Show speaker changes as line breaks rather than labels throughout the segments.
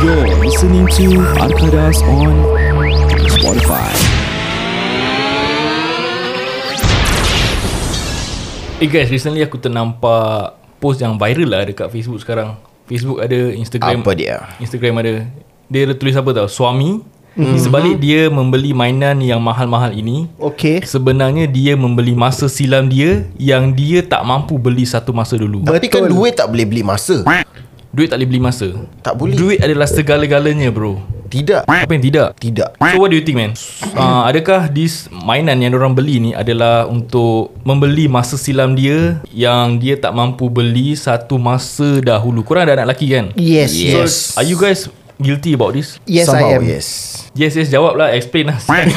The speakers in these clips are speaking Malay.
You're listening to Arkadas on Spotify.
Eh guys, recently aku ternampak post yang viral lah dekat Facebook sekarang. Facebook ada, Instagram
Apa dia?
Instagram ada. Dia ada tulis apa tau? Suami mm-hmm. sebalik dia membeli mainan yang mahal-mahal ini,
Okay
sebenarnya dia membeli masa silam dia yang dia tak mampu beli satu masa dulu.
Tapi kan duit tak boleh beli masa.
Duit tak boleh beli masa.
Tak boleh.
Duit adalah segala-galanya, bro.
Tidak.
Apa yang tidak?
Tidak.
So what do you think man? Uh, adakah this mainan yang orang beli ni adalah untuk membeli masa silam dia yang dia tak mampu beli satu masa dahulu? Korang ada anak lelaki kan?
Yes
Yes.
So, are you guys guilty about this?
Yes
Somehow,
I am
Yes.
Yes, yes, jawab lah. Explain lah.
Pasal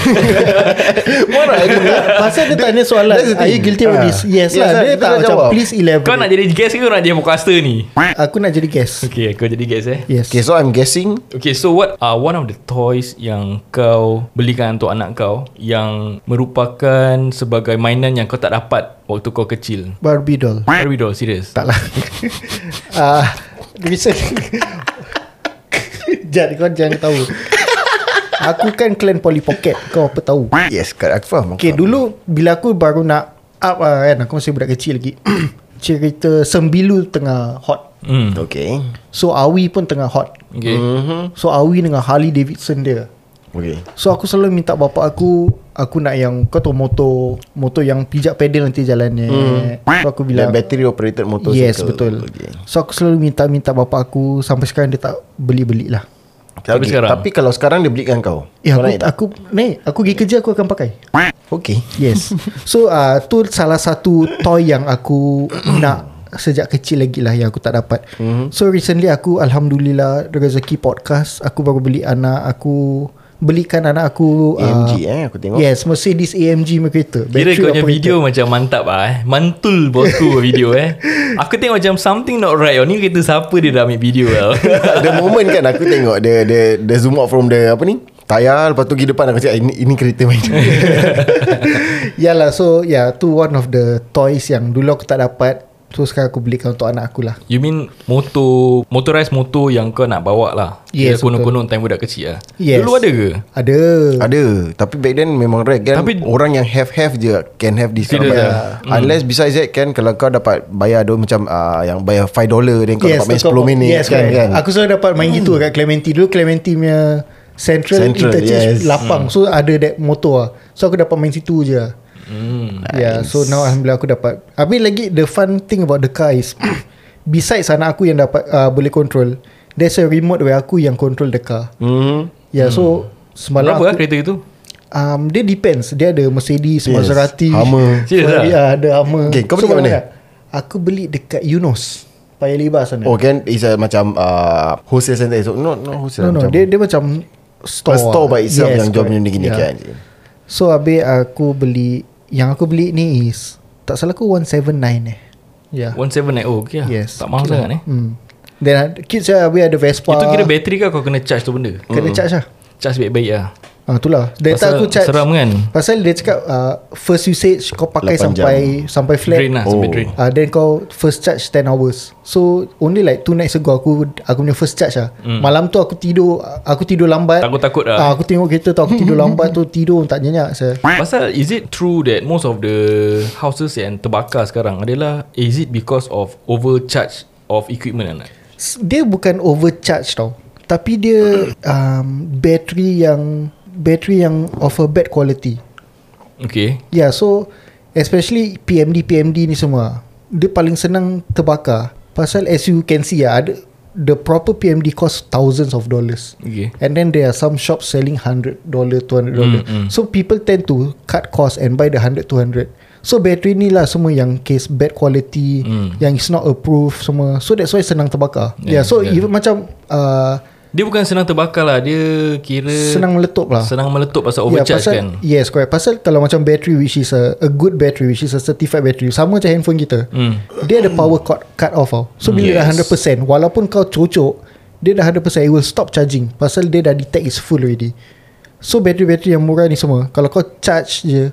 dia tanya soalan
that's the
Are you
thing.
guilty about
Ah.
this Yes
Yes
lah
lah, kita
Dia tak
dah
macam
jawab.
Please elaborate
Kau nak jadi guest ke kau nak jadi podcaster ni?
Aku nak jadi guest
Okay, kau jadi guest eh.
Yes
Okay, so I'm guessing
Okay, so what are one of the toys yang kau belikan untuk anak kau yang merupakan sebagai mainan yang kau tak dapat waktu kau kecil?
Barbie doll
Barbie doll, serious.
Tak lah Ah, Bisa Jadi kau jangan tahu Aku kan clan Polly Pocket Kau apa tahu
Yes, kat aku faham.
Okay dulu Bila aku baru nak Up lah kan Aku masih budak kecil lagi Cerita Sembilu tengah hot
Hmm.
Okay.
So Awi pun tengah hot
Okay.
So Awi dengan Harley Davidson dia
Okay.
So aku selalu minta bapak aku Aku nak yang Kau tahu motor Motor yang pijak pedal nanti jalannya hmm. So aku
Bila
bilang
battery operated motorcycle.
Yes betul
Okay.
So aku selalu minta-minta bapak aku Sampai sekarang dia tak beli-beli lah
Tapi sekarang?
Tapi kalau sekarang dia belikan kau.
Eh
Kau
aku,
naik tak?
aku Naik Aku pergi kerja aku akan pakai
Okay.
Yes So uh, tu salah satu toy yang aku nak Sejak kecil lagi lah yang aku tak dapat
Mhm.
mm-hmm. So recently aku Alhamdulillah Rezeki podcast Aku baru beli anak aku Belikan anak aku ah,
AMG eh, aku tengok.
Yes Mercedes AMG punya kereta
Kira
Battery
kau punya
operated.
video macam mantap ah. eh. Mantul bosku video eh. Aku tengok macam something not right. Oh, ni kereta siapa dia dah ambil video tau.
the moment kan aku tengok the the the zoom out from the apa ni? Tayar lepas tu pergi depan aku cakap ini, ini kereta main.
Yalah so yeah, Tu one of the toys yang dulu aku tak dapat So sekarang aku belikan untuk anak aku lah
You mean motor motorized motor yang kau nak bawa lah.
Yes,
Kira konon-konon time budak kecil lah.
Yes.
Dulu ada ke?
Ada
Ada Tapi back then memang rare kan
Tapi-
Tapi Orang yang have-have je Can have this
Serious
But,
ah?
Unless besides that kan Kalau kau dapat Bayar dia macam uh, Yang bayar $5 Then kau dapat main
betul.
10 minit
yes,
kan,
correct.
kan?
Aku selalu dapat main gitu kat Clementi Dulu Clementi punya Central,
Central, yes.
Interchange
Hmm.
lapang So ada that motor lah So aku dapat main situ je
Hmm,
mm, Yeah so now Alhamdulillah aku dapat Habis lagi the fun thing about the car is Besides anak aku yang dapat uh, Boleh control There's a remote where aku yang control the car
mm-hmm.
Yeah so Semalam
Berapa lah
aku,
kereta itu?
Um, dia depends. Dia ada Mercedes, yes.
Yes.
Maserati.
Hummer.
Serious
Ferrari,
lah?
ah, ada Hummer.
Okay, kau beli kat
mana?
mana?
Aku beli dekat Eunos. Paya Lebar sana.
Oh kan It's a, macam uh, Wholesale center so, No no
no,
wholesale
no.
macam,
Dia, dia macam store.
A store by
ah.
itself Yang jual
correct.
benda gini
Yeah.
kan
So, habis aku beli... Yang aku beli ni is... Tak salah aku 179 eh. Ya. Yeah.
179 oh, okay lah.
Yes.
Tak mahal
Okay lah.
sangat eh.
Hmm. Then, ah, kids lah, habis ada Vespa.
Itu kira bateri kau kau kena charge tu benda.
Kena
Hmm.
charge lah.
Charge baik-baik lah.
Ah, itulah. Data
Pasal
aku charge.
Seram kan?
Pasal dia cakap uh, first usage kau pakai
Lapan
sampai sampai flat.
Drain lah oh. sampai
Oh.
drain.
Uh, then kau first charge 10 hours So only like 2 nights ago Aku aku punya first charge lah mm. Malam tu aku tidur Aku tidur lambat
Hmm. Takut-takut lah.
uh, Aku tengok kereta tu Aku tidur lambat tu Tidur tak nyenyak saya.
Pasal is it true that most of the houses yang terbakar sekarang adalah is it because of overcharge of equipment anak?
S- Dia bukan overcharge tau Tapi dia um, Battery yang Battery yang of a bad quality
Okay.
Yeah Ya, so Especially PMD-PMD ni semua Dia paling senang terbakar Pasal as you can see lah ada, The proper PMD cost thousands of dollars
Okay.
And then there are some shops selling $100, $200.
mm.
So people tend to cut costs and buy the $100, $200. So battery ni lah semua yang case bad quality,
Mm.
yang it's not approved semua. So that's why senang terbakar. Yeah, yeah
Yeah,
so
yeah.
yeah. even macam uh,
Dia bukan senang terbakar lah. Dia kira
senang meletup lah.
senang meletup pasal
Yeah,
overcharge
Ya, pasal,
kan.
Yes, correct. Pasal kalau macam battery which is a, a good battery, which is a certified battery, sama macam handphone kita.
Hmm.
Dia ada power cut, cut off tau. So bila
Yes.
dah 100%, walaupun kau cucuk, dia dah 100%, it will stop charging. Pasal dia dah detect it's full already. So battery-battery yang murah ni semua, kalau kau charge je,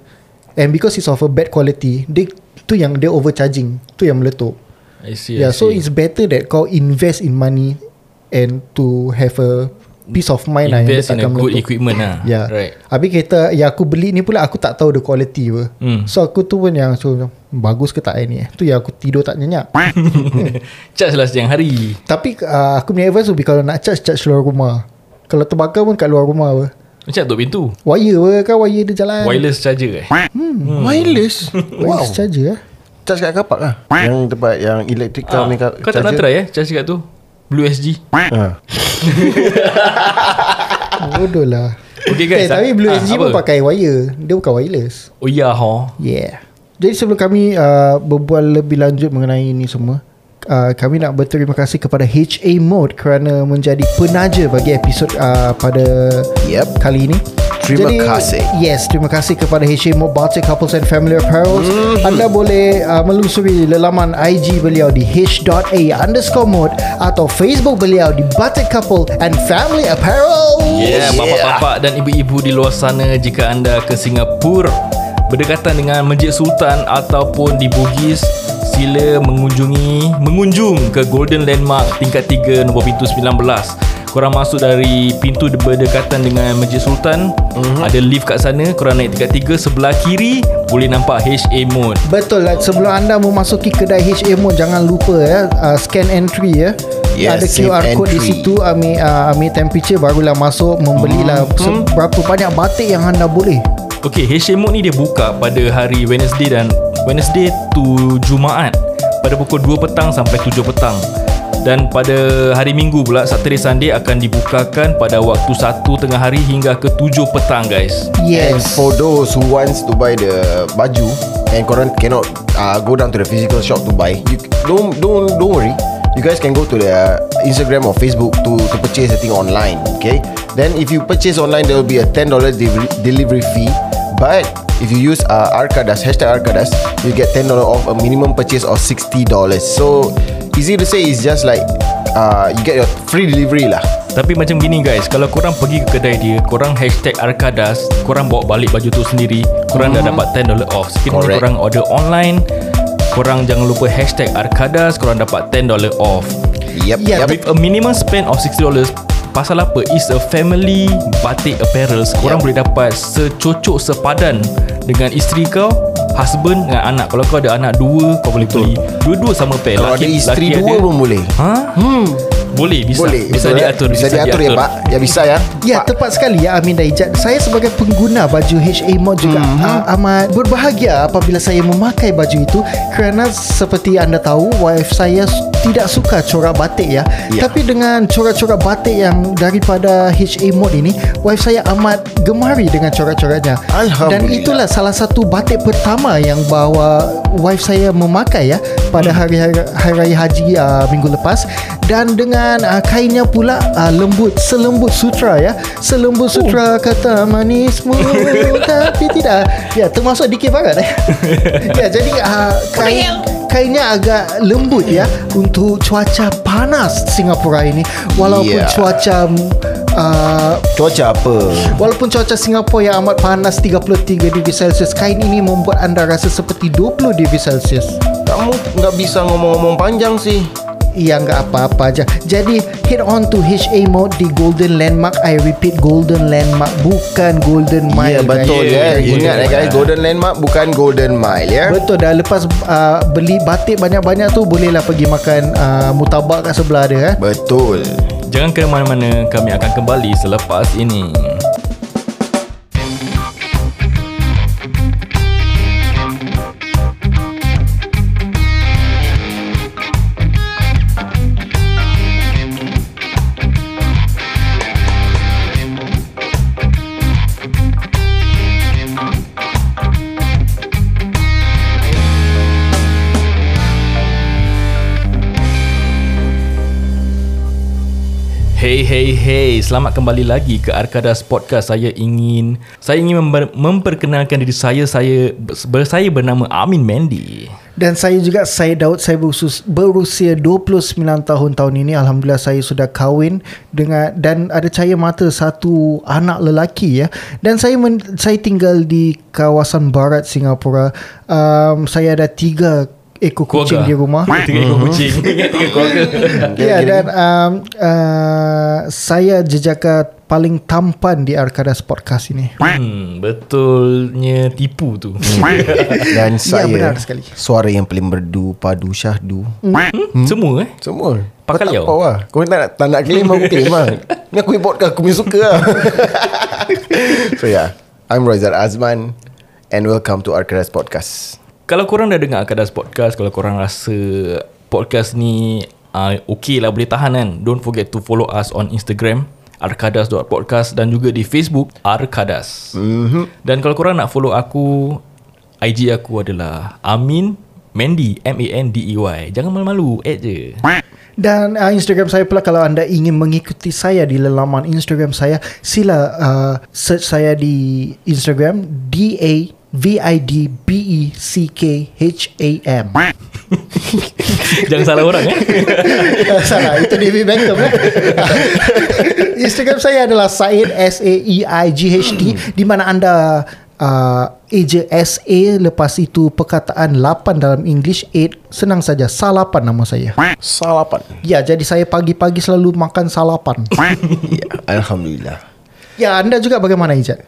and because it's of a bad quality, dia tu yang dia overcharging, tu yang meletup.
I see. I
Yeah, Ya, so
see.
it's better that kau invest in money and to have a peace of mind lah yang dia
Invest in a
takkan
good
meletup.
equipment lah
Ya.
Right
Habis kereta yang aku beli ni pula aku tak tahu the quality apa.
Hmm.
So aku tu pun yang so macam, bagus ke tak air ni. eh. Tu yang aku tidur tak nyenyak.
Charge lah siang hari
Tapi uh, aku punya advice would be kalau nak charge charge luar rumah. Kalau terbakar pun kat luar rumah apa.
Macam tutup pintu
Wire apa kan wire dia jalan.
Wireless charger eh
Hmm. Wireless Wow
Wireless charger eh.
Charge kat kapak lah Yang tempat Yang elektrik
Ah,
car ni
Kau tak nak try eh Charge kat tu Blue SG
ha.
Bodoh lah.
Okay guys
eh, tapi Blue
ah,
SG pun
apa?
pakai wire. Dia bukan wireless.
Oh ya ho
Yeah. Jadi sebelum kami uh, berbual lebih lanjut mengenai ini semua, uh, kami nak berterima kasih kepada HA Mode kerana menjadi penaja bagi episod uh, pada
Yep.
kali ini.
Terima kasih.
Yes, terima kasih kepada HA Mode Batik Couples and Family Apparel.
Mm.
Anda boleh uh, melusuri lelaman IG beliau di h.a underscore mode atau Facebook beliau di Batik Couple and Family Apparel.
Yeah, Ya, bapak-bapak dan ibu-ibu di luar sana jika anda ke Singapura berdekatan dengan Masjid Sultan ataupun di Bugis, sila mengunjungi mengunjung ke Golden Landmark tingkat 3 nombor pintu 19. Korang masuk dari pintu de- berdekatan dengan Masjid Sultan mm-hmm. Ada lift kat sana Korang naik tingkat 3 Sebelah kiri Boleh nampak HA Mode
Betul lah sebelum anda memasuki kedai HA Mode jangan lupa ya uh, scan entry ya.
Yes,
ada
save
QR code di
entry.
situ ambil uh, ambil temperature barulah masuk
Mhm.
membelilah hmm. seberapa banyak batik yang anda boleh.
Okay, Heshay Mode ni dia buka pada hari Wednesday dan Wednesday to Jumaat pada pukul 2 petang sampai 7 petang. Dan pada hari Minggu pula Saturday Sunday akan dibukakan pada waktu 1 tengah hari hingga ke 7 petang guys.
And
Yes.
for those who wants to buy the baju and korang cannot uh, go down to the physical shop to buy, you don't don't don't worry. You guys can go to the Instagram or Facebook to to purchase the thing online. Okay. Then if you purchase online, there will be a ten dollar delivery, delivery fee. But if you use uh, Arkadas hashtag Arkadas, you get ten dollar off a minimum purchase of sixty dollars. So easy to say it's just like uh, you get your free delivery lah.
Tapi macam gini guys, kalau korang pergi ke kedai dia, korang hashtag Arkadas, korang bawa balik baju tu sendiri, korang dah dapat $10 off. Sekiranya
Correct.
korang order online, korang jangan lupa hashtag Arkadas, korang dapat $10 off.
Yep.
Yeah,
yep.
With a minimum spend of $60 Pasal apa It's a family Batik apparel Korang
Ya.
boleh dapat Secocok sepadan Dengan isteri kau Husband dengan anak Kalau kau ada anak dua Kau boleh beli Dua-dua sama pair
Kalau ada isteri dua pun boleh.
Ha? Hmm. Boleh bisa
Boleh
Bisa
betul, eh?
diatur
Bisa, diatur, ya pak Ya bisa ya
Ya
Pak.
tepat sekali ya Amin Daijat Saya sebagai pengguna baju HA Mod juga mm-hmm. uh, amat berbahagia apabila saya memakai baju itu kerana seperti anda tahu wife saya s- tidak suka corak batik ya.
Ya.
Tapi dengan corak-corak batik yang daripada HA Mod ini wife saya amat gemari dengan corak-coraknya. Dan
Alhamdulillah.
itulah salah satu batik pertama yang bawa wife saya memakai ya
Hmm.
pada hari hari, hari raya haji uh, minggu lepas dan dengan uh, kainnya pula uh, lembut selembut sutra ya selembut
Oh.
sutra kata manismu tapi tidak ya termasuk dikit barat eh ya jadi uh, kain kainnya agak lembut ya untuk cuaca panas Singapura ini walaupun
Ya.
cuaca uh,
Cuaca apa
Walaupun cuaca Singapura yang amat panas 33 degree Celsius, kain ini membuat anda rasa seperti 20 degree Celsius.
Kamu nggak bisa ngomong-ngomong panjang sih
Ia nggak apa-apa aja. Jadi head on to HA Mode di Golden Landmark. I repeat Golden Landmark bukan Golden
Ya
Mile.
betul
guys.
ya
yeah, yeah.
Ingat ya guys Golden Landmark Bukan Golden Mile ya
Betul dah lepas uh, beli batik banyak-banyak tu bolehlah pergi makan uh, mutabak kat sebelah dia eh.
Betul
Jangan ke mana-mana Kami akan kembali Selepas ini Hey hey hey, selamat kembali lagi ke Arkadas Podcast. Saya ingin saya ingin member, memperkenalkan diri saya. Saya saya bernama Amin Mendy.
Dan saya juga saya Daud saya berusus, berusia 29 tahun tahun ini alhamdulillah saya sudah kahwin dengan dan ada cahaya mata satu anak lelaki ya. Dan saya men, saya tinggal di kawasan barat Singapura. Um, saya ada tiga ekor kucing
Keluarga.
di rumah.
Tiga ekor kucing Tiga keluarga
Ya yeah, dan um, uh, saya jejaka paling tampan di Arkadas Podcast ini.
hmm, Betulnya tipu tu
Dan saya
benar sekali.
Suara yang paling merdu Padu syahdu
hmm? Semua eh
Semua
Pakal
Kau tak
liau.
apa lah Kau tak nak, tak nak claim Aku claim lah Ni aku import kau Aku punya suka lah So yeah I'm Roizal Azman And welcome to Arkadas Podcast
Kalau korang dah dengar Akadas Podcast Kalau korang rasa Podcast ni uh, Okay lah boleh tahan kan Don't forget to follow us on Instagram Arkadas.podcast Dan juga di Facebook Arkadas mm-hmm. Dan kalau korang nak follow aku IG aku adalah Amin Mandy M-A-N-D-E-Y E Jangan malu-malu Add je
Dan uh, Instagram saya pula kalau anda ingin mengikuti saya di laman Instagram saya, sila uh, search saya di Instagram D A V I D B E C K H A M.
Jangan salah orang eh
Salah, itu David Beckham. eh? Instagram saya adalah Said S A E I G H T di mana anda uh, eja SA lepas itu perkataan 8 dalam English 8 senang saja salapan nama saya.
Salapan
Ya, jadi saya pagi-pagi selalu makan salapan.
Ya, Alhamdulillah
Ya, anda juga bagaimana Ijat?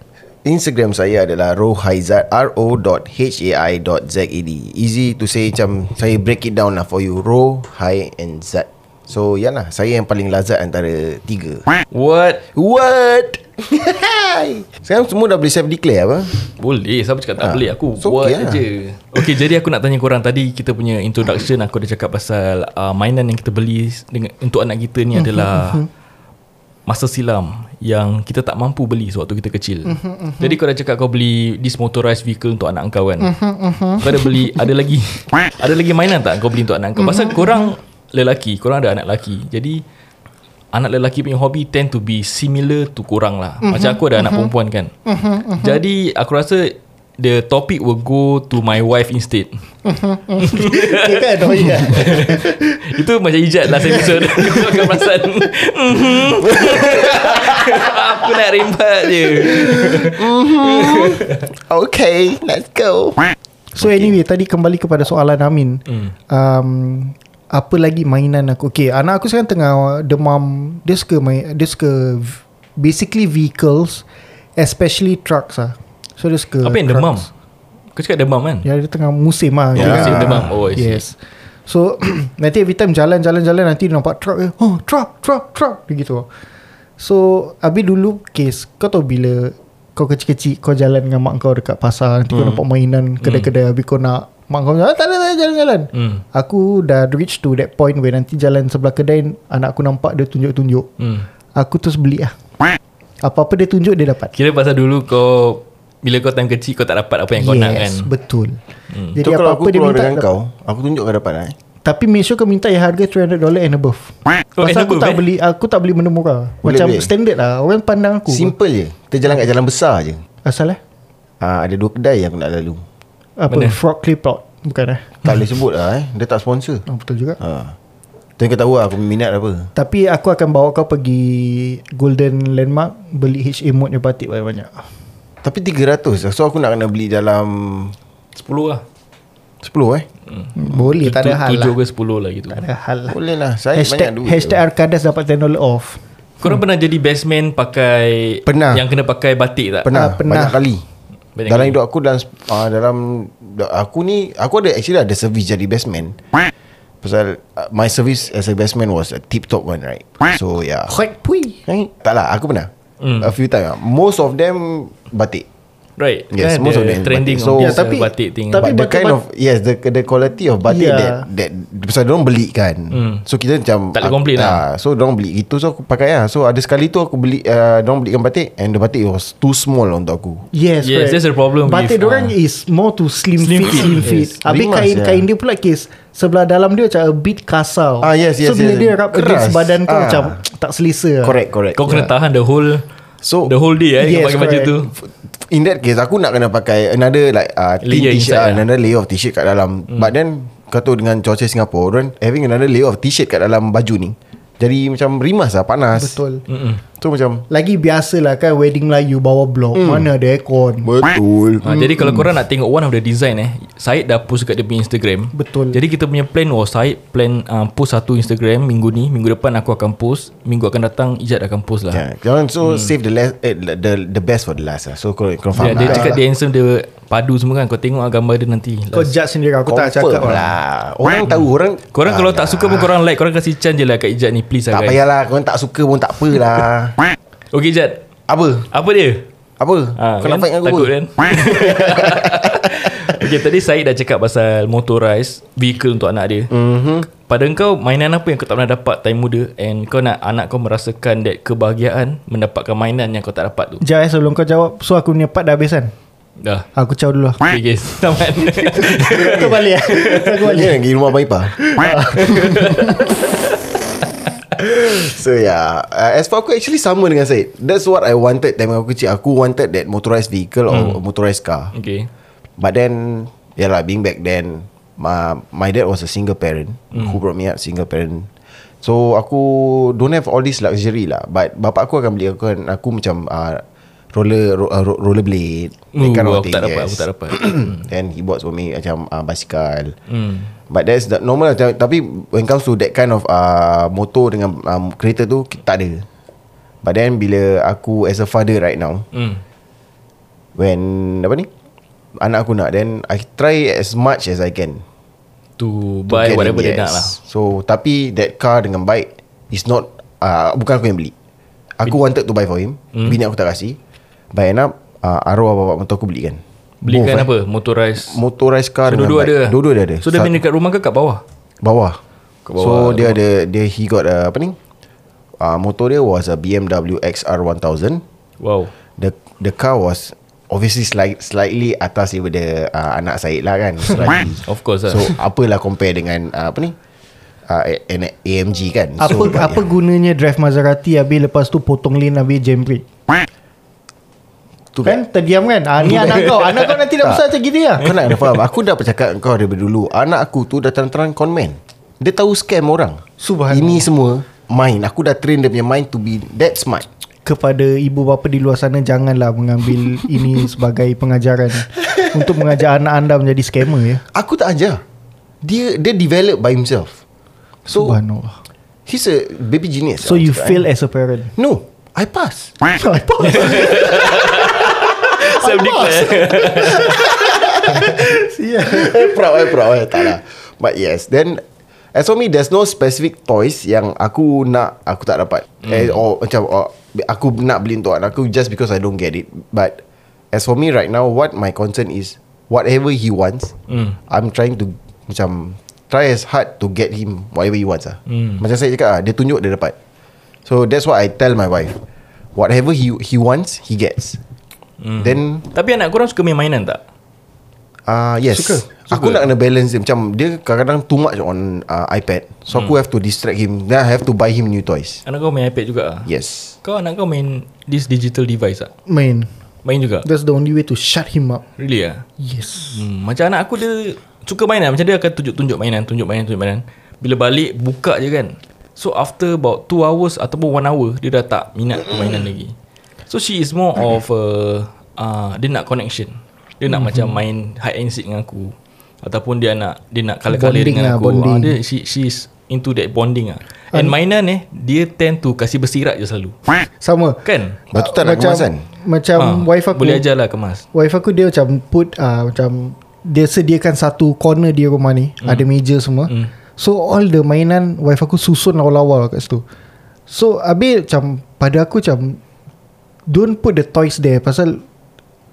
Instagram saya adalah rohaizad ro.hai.zed E Easy to say macam Saya break it down lah for you Ro, hai and zad So ya lah Saya yang paling lazat antara tiga
What?
What? Sekarang semua dah boleh self declare apa?
Boleh Siapa cakap tak
Ah,
boleh Aku
it's
so buat
okay
okay,
lah.
je Okay jadi aku nak tanya korang Tadi kita punya introduction Aku dah cakap pasal uh, Mainan yang kita beli dengan, Untuk anak kita
Mhm,
ni adalah Masa silam Yang kita tak mampu beli Sewaktu kita kecil
Mhm,
Jadi kau dah cakap Kau beli This motorized vehicle Untuk anak kau kan
Mhm,
Kau ada beli Ada lagi Ada lagi mainan tak Kau beli untuk anak kau
Mhm.
Pasal korang Lelaki Korang ada anak lelaki Jadi anak lelaki punya hobi tend to be similar to kurang lah.
Mhm.
Mm-hmm, Macam aku ada mm-hmm. anak perempuan kan. Mm-hmm, mm-hmm. Jadi aku rasa the topic will go to my wife instead.
Kita annoying kan?
Itu macam ijat last episode. aku akan perasan. Mhm. aku nak rembat je.
Okay, let's go.
So anyway, tadi kembali kepada soalan Amin.
Hmm.
Mm. Um, apa lagi mainan aku? Okay, anak aku sekarang tengah demam. Dia suka main, dia suka v- basically vehicles, especially trucks lah. So dia suka
Apa yang
trucks.
demam? Kau cakap demam kan?
Ya, dia tengah musim lah.
Oh,
Dia
musim
kan-
demam. Oh, I see.
Yes. So, nanti every time jalan-jalan-jalan, nanti dia nampak truck. eh, Oh, truck, truck, truck. Dia gitu. So, habis dulu kes, kau tahu bila kau kecil-kecil, kau jalan dengan mak kau dekat pasar, nanti hmm. kau nampak mainan kedai-kedai, habis kau nak, mak kau ah, tak ada, tak ada, jalan-jalan.
Hmm.
Aku dah reach to that point where nanti jalan sebelah kedai, anak aku nampak dia tunjuk-tunjuk.
Hmm.
Aku terus beli lah. Apa-apa dia tunjuk, dia dapat.
Kira pasal dulu kau bila kau time kecil kau tak dapat apa yang kau nak kan.
yes, betul. Hmm.
Jadi
Jadi
so, kalau
apa-apa
aku
dia
keluar
minta,
dengan
dapat.
kau, aku tunjuk kau dapat eh.
Tapi Malaysia kau minta yang harga $300 and above.
Oh,
Pasal
and
aku
above,
tak
eh?
beli aku tak beli benda murah.
Boleh,
Macam
boleh.
standard lah. Orang pandang aku. Sim-
Simple je. Kita jalan kat jalan besar je.
Asal eh?
Ah, ada dua kedai yang aku nak lalu.
Apa
Mana?
frog clay pot bukan eh?
Tak boleh sebut lah eh. Dia tak sponsor.
Oh, betul juga.
Ha. Tapi kau tahu lah aku minat apa.
Tapi aku akan bawa kau pergi Golden Landmark beli HA mode ni batik banyak-banyak.
Tapi 300 lah. So aku nak kena beli dalam
10 lah.
10 eh.
Boleh tak ada
Tu-
hal lah.
tujuh ke 10 lah gitu.
Tak ada hal lah.
Boleh lah. Saya
Hashtag,
banyak duit.
hashtag Arkadas dapat $10 off.
Korang pernah jadi baseman pakai
Pernah.
yang kena pakai batik tak?
Pernah,
Ah, pernah.
banyak kali.
Banyak
Banyak dalam
kali.
hidup aku dan uh, dalam aku ni aku ada actually ada service jadi baseman. Pasal uh, my service as a baseman was a tip top one right. So yeah.
Quite pui.
Eh, tak lah aku pernah. Mm. A few time. lah. Most of them batik.
Right. kan
Yes, most
ada
of them
trending
uh, batik.
so,
So-
yeah,
Yeah,
tapi,
tapi-
batik thing.
tapi-
Tapi,
But the
batik-
kind of yes the the quality of batik
Yeah.
yeah. that that pasal orang beli kan. Mm. So kita macam
Hmm. Tak boleh complain lah.
ah, So orang beli gitu so aku pakai lah. So ada sekali tu aku beli uh, orang belikan batik and the batik was too small untuk aku.
Yes,
Yes, correct.
that's the problem
Batik
with,
dorang
ah.
is more to slim,
Slim
slim
fit,
fit, slim
yes.
fit. Habis
Rimas,
kain
yeah.
kain dia pula kes sebelah dalam dia macam a bit kasar.
Ah, yes, yes,
so bila
yes.
dia rap
Keras.
against badan kau
Ah.
macam tak selesa. lah.
Correct correct.
kau kena tahan the whole
So-
the whole day eh yes,
Yes,
pakai baju
correct.
tu.
In that case Aku nak kena pakai Another like uh, thin
Layer
layer t-shirt
inside
uh,
lah. Hmm.
Another layer of t-shirt kat dalam mm. But then Kau tahu dengan cuaca Singapura orang Having another layer of t-shirt kat dalam baju ni Jadi macam rimas lah panas
Betul
Mm-mm.
So macam
Lagi biasalah kan Wedding Melayu Bawah blok mm. Mana ada aircon
Hmm. Betul
Ha, Jadi kalau korang nak tengok one of the design eh Syed dah post kat dia punya Instagram
Betul.
Jadi kita punya plan was Syed plan uh, post satu Instagram minggu ni Minggu depan aku akan post Minggu akan datang Ijat akan post lah yeah,
Yeah. Jangan so hmm. save the last eh, the the best for the last lah. So kau
dia,
kau faham
dia
lah.
cakap dia handsome dia padu semua kan Kau tengok lah gambar dia nanti
Kau
Last.
judge sendiri Aku tak
Confirm
cakap lah
lah. Orang tahu orang
Korang kalau tak suka pun korang like Korang kasih chance je lah kat Ijat ni please lah
Ah, tak
guys.
payahlah korang tak suka pun tak apalah.
Okay Ijat
apa?
Apa dia?
Apa?
Ha,
kau nak fight dengan aku?
Takut
apa?
kan Okay tadi Syed dah cakap pasal Motorized Vehicle untuk anak dia
Mhm.
mm-hmm. Pada kau Mainan apa yang kau tak pernah dapat Time muda And kau nak anak kau merasakan That kebahagiaan Mendapatkan mainan yang kau tak dapat tu
Sekejap eh sebelum kau jawab So aku punya part dah habis kan
Dah
Aku caw dulu lah
Okay guys Tamat
Kau balik lah Aku
Kau
balik
ni lagi kan? rumah Abang Ipah So yeah uh, As for aku actually sama dengan Syed That's what I wanted Time aku kecil Aku wanted that motorized vehicle Or motorized car
Okay
But then Yeah lah being back then My, my dad was a single parent
Hmm.
mm. Who brought me up single parent So aku Don't have all this luxury lah But bapak aku akan beli Aku, aku macam uh, Roller ro, uh, ro- Roller blade that
Ooh,
kind of
aku tak dapat, aku tak dapat. Hmm.
Then he bought for me Macam uh, basikal mm. But that's the normal lah. Tapi when it comes to that kind of uh, Motor dengan um, kereta tu ki- Tak ada But then bila aku As a father right now
mm.
When Apa ni Anak aku nak Then I try as much as I can
To
to
buy
get
whatever
him,
dia nak
yes.
lah
So tapi that car dengan bike Is not uh, Bukan aku yang beli Aku wanted to buy for him hmm. Bini aku tak kasih But end up uh, Arwah bapak mentua aku belikan
Belikan
Both, eh.
apa Motorized
Motorized car
So
dengan
dua-dua
bike.
ada
Dua-dua dia ada
So dia
Sat-
main dekat rumah ke kat bawah
Bawah.
Ke
So
bawah,
dia ada dia he got a, apa ni? Uh, motor dia was a BMW XR 1000.
Wow
The the car was obviously slight, slightly atas daripada uh, anak Syed lah kan. Slightly.
Of course lah
so apalah compare dengan uh, apa ni? Uh, an AMG kan.
Apa
so,
apa
yeah.
gunanya drive Maserati Habis lepas tu potong lane Habis jam brake
tu kan?
Kan terdiam kan ah, Ni anak kau Anak kau nanti dah
Tak.
besar macam gini lah
Kau nak kena faham Aku dah bercakap dengan kau daripada dulu Anak aku tu dah terang-terang conman Dia tahu scam orang
Subhanallah.
Ini semua Mind Aku dah train dia punya mind To be that smart
kepada ibu bapa di luar sana janganlah mengambil ini sebagai pengajaran untuk mengajar anak anda menjadi scammer ya.
Aku tak ajar Dia dia develop by himself
Oh.
So
Subhanallah.
He's a baby genius
So you
Aku cakap,
fail as a parent.
eh. No I pass
Self declare
I proud I proud eh. Tak lah But yes Then As for me There's no specific toys Yang aku nak Aku tak dapat mm. eh, Or macam or, Aku nak beli untuk anak aku Just because I don't get it But As for me right now What my concern is Whatever he wants mm. I'm trying to Macam Try as hard to get him Whatever he wants lah mm. Macam saya cakap lah Dia tunjuk dia dapat So that's what I tell my wife Whatever he he wants He gets mm. Then
Tapi anak korang suka main mainan tak?
Ah uh, yes.
Suka?
Aku nak kena balance dia macam dia kadang-kadang too much on uh, iPad. So
Hmm.
aku have to distract him. Then I have to buy him new toys.
Anak kau main iPad juga ah?
Yes.
Kau anak kau main This digital device tak?
Man,
Main juga?
that's the only way to shut him up.
Really ah?
Yes.
Hmm, macam anak aku dia suka mainan macam dia akan tunjuk-tunjuk mainan, tunjuk mainan, tunjuk mainan. Bila balik buka je kan. So after about 2 hours ataupun 1 hour dia dah tak minat tu mainan lagi. So she is more of a uh, dia nak connection. Dia
Mhm.
nak macam main hide and seek dengan aku ataupun dia nak dia nak kala-kala
Bonding
dengan
lah,
aku. Ah,
bonding.
dia she she's into that bonding ah. And mainan eh dia tend to kasih bersirat je selalu.
Sama.
Kan?
Lepas tu tak nak
macam,
kemasan.
Macam
Ah,
wife aku.
Boleh ajarlah kemas.
Wife aku dia macam put uh, macam dia sediakan satu corner di rumah ni,
Hmm.
mm. ada meja semua. Mm. So all the mainan wife aku susun awal-awal kat situ. So habis macam pada aku macam don't put the toys there pasal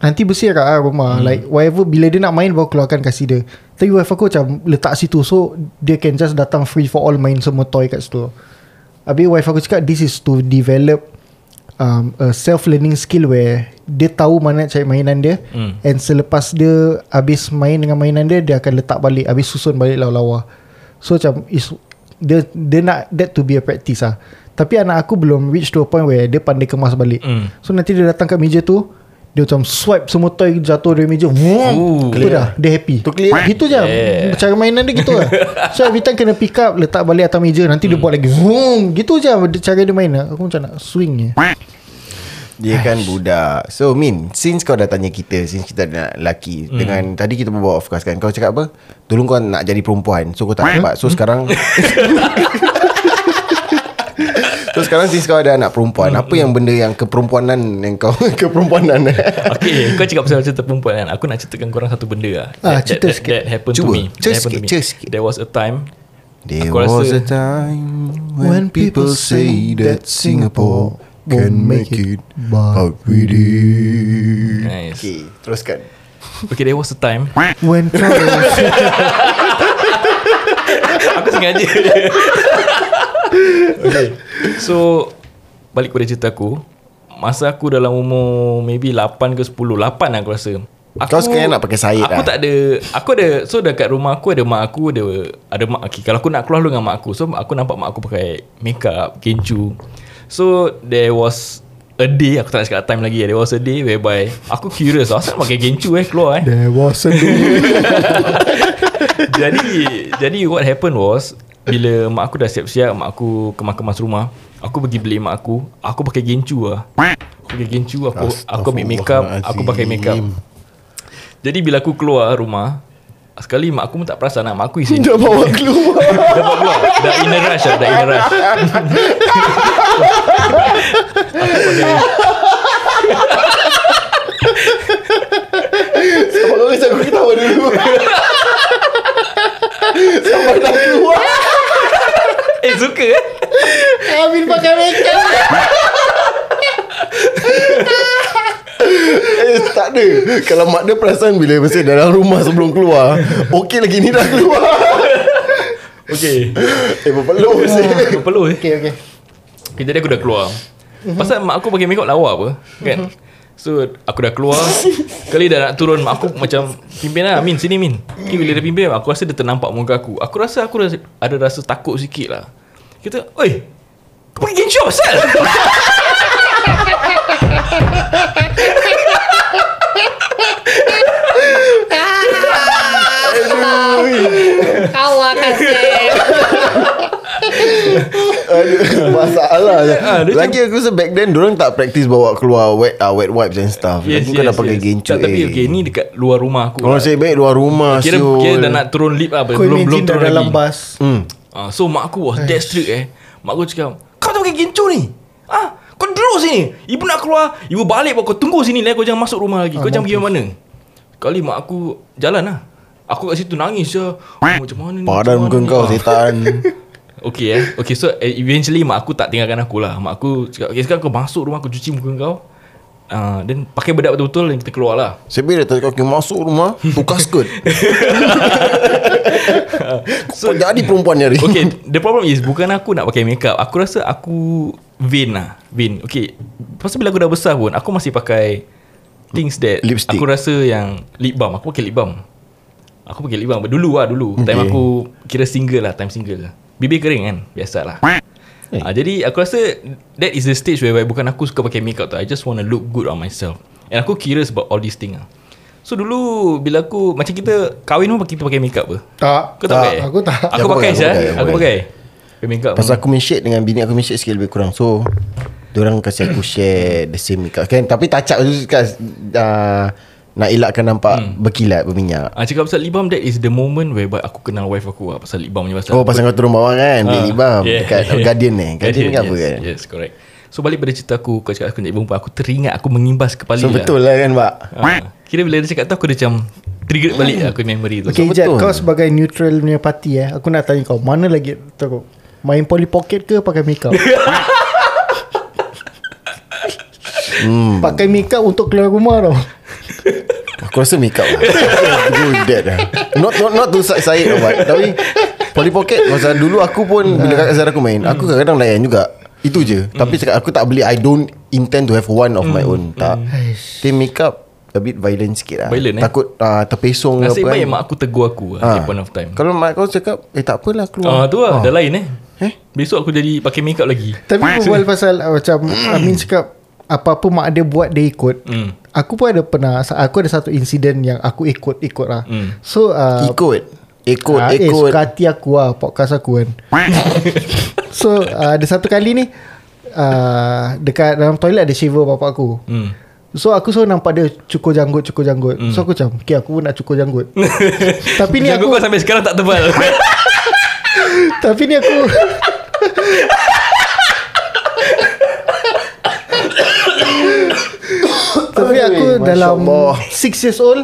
nanti bersih kat rumah mm. like whatever bila dia nak main baru keluarkan kasih dia. Tapi wife aku macam letak situ so dia can just datang free for all main semua toy kat situ. Habis wife aku cakap this is to develop um, a self learning skill where dia tahu mana nak cari mainan dia mm.
Hmm.
and selepas dia habis main dengan mainan dia dia akan letak balik habis susun balik lawa-lawa. So macam is dia dia nak that to be a practice ah.
Hmm.
Tapi anak aku belum reach to a point where dia pandai kemas balik.
Mm.
So nanti dia datang kat meja tu Dia macam swipe semua toy jatuh dari meja. Vroom. Itu dah. Dia happy.
Tu clear.
Gitu je. Yeah. Cara mainan dia gitu lah. So every time kena pick up, letak balik atas meja. Nanti
Hmm.
dia buat lagi. Vroom. Gitu je dia- cara dia main lah. Aku macam nak swing je.
Dia kan budak So Min Since kau dah tanya kita Since kita nak lelaki hmm. Dengan tadi kita berbual of course kan Kau cakap apa Dulu kau nak jadi perempuan So kau tak dapat So sekarang So sekarang since kau ada anak perempuan Apa yang benda yang keperempuanan Yang kau Keperempuanan
Okay Kau cakap pasal cerita perempuan kan Aku nak ceritakan korang satu benda lah
Ah,
that,
cerita
that,
sikit.
that, that happened
Cuba.
to me
Cerita
That happened to
sikit,
me.
cerita sikit.
There was a time
There
Aku
was
rasa-
a time When people say That Singapore Can make it But we did
Nice okay.
Okay Teruskan
okay there was a time
When flowers
Aku sengaja Okay So Balik kepada cerita aku Masa aku dalam umur Maybe 8 ke 10 8 aku rasa aku,
Kau sekarang nak pakai sayap
Aku
lah.
tak ada Aku ada So dekat rumah aku Ada mak aku Ada ada mak okay, Kalau aku nak keluar dulu dengan mak aku So aku nampak mak aku pakai Makeup Kencu So There was A day Aku tak nak cakap time lagi There was a day whereby Aku curious Asal pakai kencu eh Keluar eh
there was a day.
jadi jadi what happened was bila mak aku dah siap-siap mak aku kemas-kemas rumah aku pergi beli mak aku aku pakai gencu lah aku pakai gencu aku aku ambil makeup aku pakai makeup jadi bila aku keluar rumah sekali mak aku pun tak perasan lah mak aku isi
Dah bawa keluar
Dah buat keluar Dah in a rush lah Dah in a rush Aku pakai
Sabar kau kisah aku ketawa dulu Sabar dah keluar
Eh suka eh
Amin pakai makeup.
lah. Eh tak ada Kalau mak dia perasan Bila mesti dalam rumah sebelum keluar Okey lagi ni dah keluar
Okay
Eh berpeluh sih
Aku perlu eh
Okay, Mhm. okay.
Okay, jadi aku dah keluar. Pasal mak aku pakai makeup lawa apa, kan?
Mhm.
So aku dah keluar Kali dah nak turun Mak aku macam Pimpin lah Min sini Min okay, Bila dia pimpin Aku rasa dia ternampak muka aku Aku rasa aku rasa, ada rasa takut sikit lah Kita Oi Kau pakai gencu pasal
Awak kasih.
Aduh, Masalah je
Ah, dia
Lagi aku rasa back then Diorang tak practice bawa keluar Wet uh, wet wipes and stuff Lagi kau dah pakai gencu
tak, Tapi
eh. Oh,
okay Ni dekat luar rumah aku
Orang saya baik luar rumah
Kira,
siul.
kira dah nak turun lip lah
Kau
Belum, belum
imagine dah
turun
dalam
lagi
bas.
Hmm.
Ah, so mak aku was that strict eh. Mak aku cakap, kau tak pakai gincu ni. Ah, kau duduk sini. Ibu nak keluar, ibu balik bawa kau tunggu sini lah kau jangan masuk rumah lagi. Kau jangan pergi mana. Kali mak aku jalan lah. Aku kat situ nangis je. Oh, macam mana ni?
Padan muka
macam mana
kau
ni? Ah,
setan
Okay eh. Okay so eh, eventually mak aku tak tinggalkan aku lah. Mak aku cakap, okay sekarang kau masuk rumah aku cuci muka kau. Ah, dan pakai bedak betul-betul dan kita keluar lah.
Saya bila tadi kau pergi masuk rumah Tukar skirt Kau jadi perempuan ni hari
Okay The problem is Bukan aku nak pakai makeup Aku rasa aku Vain lah Vain Okay Pasal bila aku dah besar pun Aku masih pakai Things that
Lipstick.
Aku rasa yang Lip balm Aku pakai lip balm Aku pakai lip balm Dulu lah dulu okay. Time
Okay.
aku Kira single lah Time single Bibir kering kan Biasalah hey. ha, Jadi aku rasa That is the stage where Bukan aku suka pakai makeup tau I just want to look good on myself And aku curious about all these things lah So dulu Bila aku Macam kita Kahwin pun kita pakai makeup apa
Tak.
kau tak,
tak
pakai?
Aku tak.
Aku, pakai
aku
Syah.
pakai,
Aku
aku
pakai. Pakai makeup.
Pasal aku main shade dengan bini aku main shade sikit lebih kurang So Diorang kasi aku share the same makeup kan Tapi touch up tu kan uh, Nak elakkan nampak
Hmm.
berkilat berminyak
Ah, cakap pasal lip balm that is the moment where aku kenal wife aku lah pasal lip balm punya pasal.
Oh pasal kau turun bawah kan
Ah,
Beli libam Dekat Guardian ni Guardian ni
Guardian,
apa
yes,
kan
Yes, correct. So balik pada cerita aku Kau cakap aku nak jadi perempuan Aku teringat aku mengimbas kepala
So betul lah kan pak
ha. Kira bila dia cakap tu Aku dah macam Triggered balik
Hmm.
aku punya memory tu
Okay,
So,
Jad,
betul.
kau sebagai neutral punya party eh. Aku nak tanya kau, mana lagi teruk? Main Polly Pocket ke pakai makeup? hmm. Pakai makeup untuk keluar rumah tau.
Aku rasa makeup lah Do that lah Not, not, not to side side lah but Tapi Polly Pocket Masa dulu aku pun Bila kakak Zara aku main
Hmm.
Aku kadang-kadang layan juga Itu je Tapi sekarang aku tak beli I don't intend to have one of
Hmm.
my own Tak Tapi makeup A bit violent sikit lah
Violent, eh?
Takut uh, terpesong kan?
Nasib baik mak aku tegur aku ha. At that point of time
Kalau mak Ah. kau cakap Eh tak
Ah,
apalah keluar
tu lah, dah lain eh.
Eh?
Besok aku jadi pakai makeup lagi.
Tapi berbual pasal uh, macam Amin cakap apa-apa mak dia buat dia ikut.
Hmm.
aku pun ada pernah sa- aku ada satu insiden yang aku ikut-ikut lah.
Hmm.
Mm. So uh,
Ah, Ikut Ikut
Ah, Eh
Ikut
suka hati aku lah Podcast aku kan So uh, Ada satu kali ni uh, Dekat dalam toilet Ada shaver bapak aku
Hmm.
So aku selalu nampak dia Cukur janggut Cukur janggut mm. So aku macam Okay aku pun nak cukur janggut Tapi ni
Janggut
aku
kau sampai sekarang tak tebal
Tapi ni aku Tapi aku
Oi,
dalam
Masya Allah.
6 years old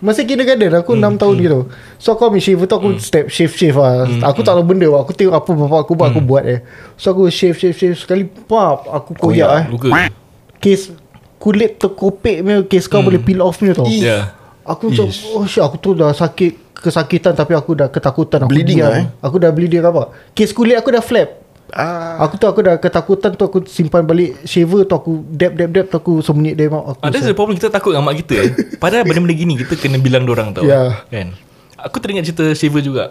Masa kindergarten Aku 6 tahun gitu So aku ambil shave tu Aku step shave shave lah Aku tak tahu benda lah. Aku tengok apa bapak aku buat Aku buat eh So aku shave shave shave Sekali pop Aku koyak eh
Luka
Kes Kulit terkopek punya Kes kau boleh peel off punya tau
Ya
Aku macam Oh shit Aku tu dah sakit Kesakitan Tapi aku dah ketakutan aku
Bleeding lah, eh?
Aku dah bleeding apa Kes kulit aku dah flap
Ah.
Aku tu aku dah ketakutan tu Aku simpan balik shaver tu Aku dab dab dab tu Aku sembunyi dia mak aku
Ah, that's the problem kita takut dengan mak kita eh. Padahal benda-benda gini kita kena bilang orang tau.
Ya.
Kan? Aku teringat cerita shaver juga.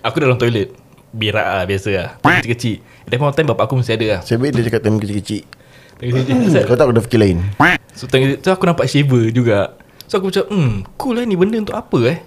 Aku dalam toilet. Birak lah biasa lah. Kecil-kecil. At that point of time bapak aku mesti ada lah.
Sebab dia cakap time kecil-kecil Hmm,
Kecil-kecil.
Kau tak ada fikir lain
So tengok tu aku nampak shaver juga. So aku macam hmm cool lah ni benda untuk apa eh.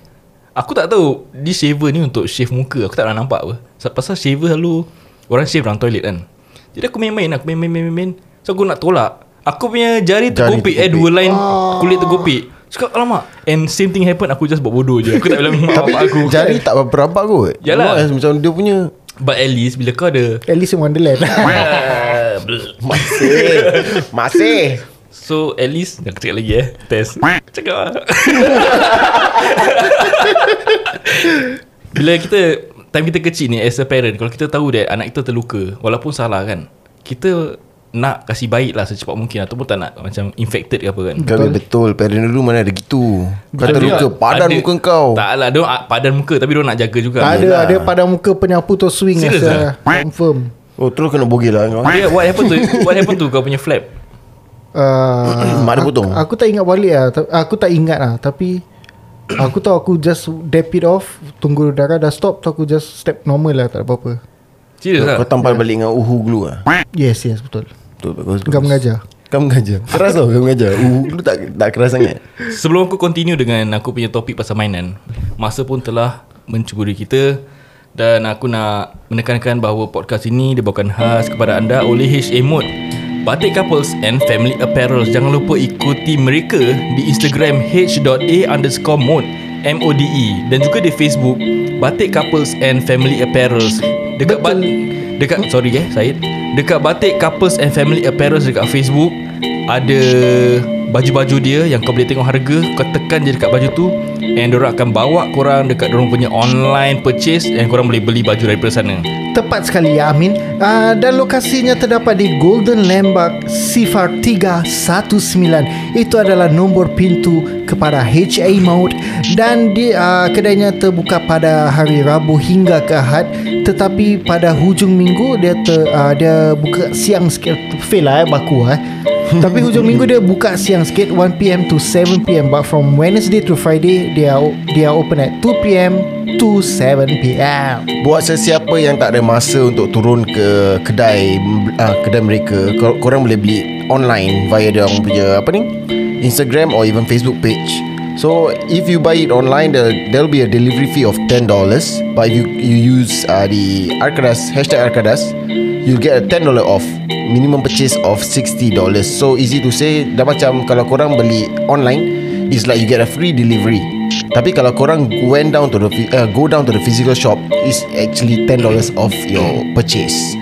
Aku tak tahu This shaver ni untuk shave muka Aku tak pernah nampak apa Sa- Pasal shaver selalu Orang shave dalam toilet kan Jadi aku main-main lah. Aku main-main main, main. So aku nak tolak Aku punya jari terkopik Eh
terkopik.
dua line Kulit terkopik Cakap alamak And same thing happen Aku just buat bodoh je Aku tak bilang mak bapak aku kan.
Jari tak berapa rabak kot
Yalah.
Not as Macam dia punya
But at least Bila kau ada
At least in Wonderland
Masih Masih
So at least Aku cakap lagi eh Test Cakap lah Bila kita Time kita kecil ni As a parent Kalau kita tahu that Anak kita terluka Walaupun salah kan Kita Nak kasih baik lah Secepat mungkin Ataupun tak nak Macam infected ke apa kan
Kami betul Parent dulu mana ada gitu Kau terluka Padan
Ada-
muka kau
Tak lah Dia padan muka Tapi dia nak jaga juga
Tak ada Ada pada muka penyapu tu swing
Serious
asal. Confirm
Oh terus kena bogel lah kau
Dia what happened to What happened to kau punya flap
uh,
Mak dia potong?
aku, aku tak ingat balik lah Ta- Aku tak ingat lah Tapi Aku tahu aku just Dap it off Tunggu darah dah stop tu Aku just step normal lah Tak ada apa-apa
Serius
Kau
lah
tampal balik dengan uhu glue lah
Yes yes betul
ah. Betul bagus
Gam mengajar
Kau mengajar Keras tau kau mengajar Uhu glue tak, tak keras sangat
Sebelum aku continue dengan aku punya topik pasal mainan Masa pun telah mencuburi kita Dan aku nak menekankan bahawa podcast ini dibawakan khas kepada anda oleh HA Mode Batik Couples and Family Apparel Jangan lupa ikuti mereka di Instagram h.a underscore mode M-O-D-E E, Dan juga di Facebook Batik Couples and Family Apparel Dekat Batik Dekat sorry eh Syed Dekat Batik Couples and Family Apparel dekat Facebook Ada baju-baju dia yang kau boleh tengok harga Kau tekan je dekat baju tu And diorang akan bawa korang dekat diorang punya online purchase And korang boleh beli baju daripada sana
Tepat sekali ya Amin uh, Dan lokasinya terdapat di Golden Lembak Sifar 319 Itu adalah nombor pintu kepada HA Maut Dan di, uh, kedainya terbuka pada hari Rabu hingga ke Ahad Tetapi pada hujung minggu dia ter, uh, dia buka siang sikit Fail lah eh baku lah eh Tapi hujung minggu dia buka siang sikit 1pm to 7pm But from Wednesday to Friday They are, they are open at 2pm to 7pm
Buat sesiapa yang tak ada masa untuk turun ke kedai uh, kedai mereka, kor- korang boleh beli online via dia orang punya apa ni? Instagram or even Facebook page. So if you buy it online, there there'll be a delivery fee of ten dollars. But if you you use uh, the Arkadas hashtag Arkadas, you'll get a ten dollar off. Minimum purchase of sixty dollars. So easy to say. Dah macam kalau korang beli online, It's like you get a free delivery. Tapi kalau korang went down to the phy- uh, go down to the physical shop, it's actually ten dollars off your purchase.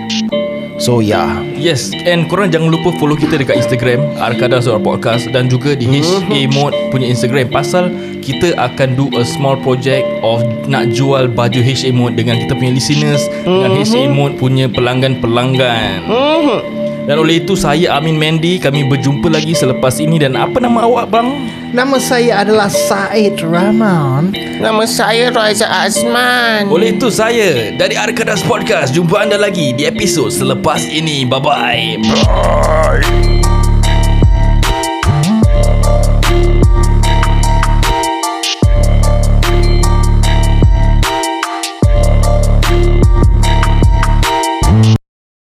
So yeah,
Yes And korang jangan lupa follow kita dekat Instagram Arkadas Suara Podcast Dan juga di HA Mode punya Instagram Pasal kita akan do a small project Of nak jual baju HA Mode Dengan kita punya listeners Dengan HA Mode punya pelanggan-pelanggan Dan oleh itu saya Amin Mandy Kami berjumpa lagi selepas ini Dan apa nama awak bang?
Nama saya adalah Said Rahman.
Nama saya Raisa Azman.
Oleh itu saya Dari Arkadas Podcast Jumpa anda lagi di episod selepas ini Bye-bye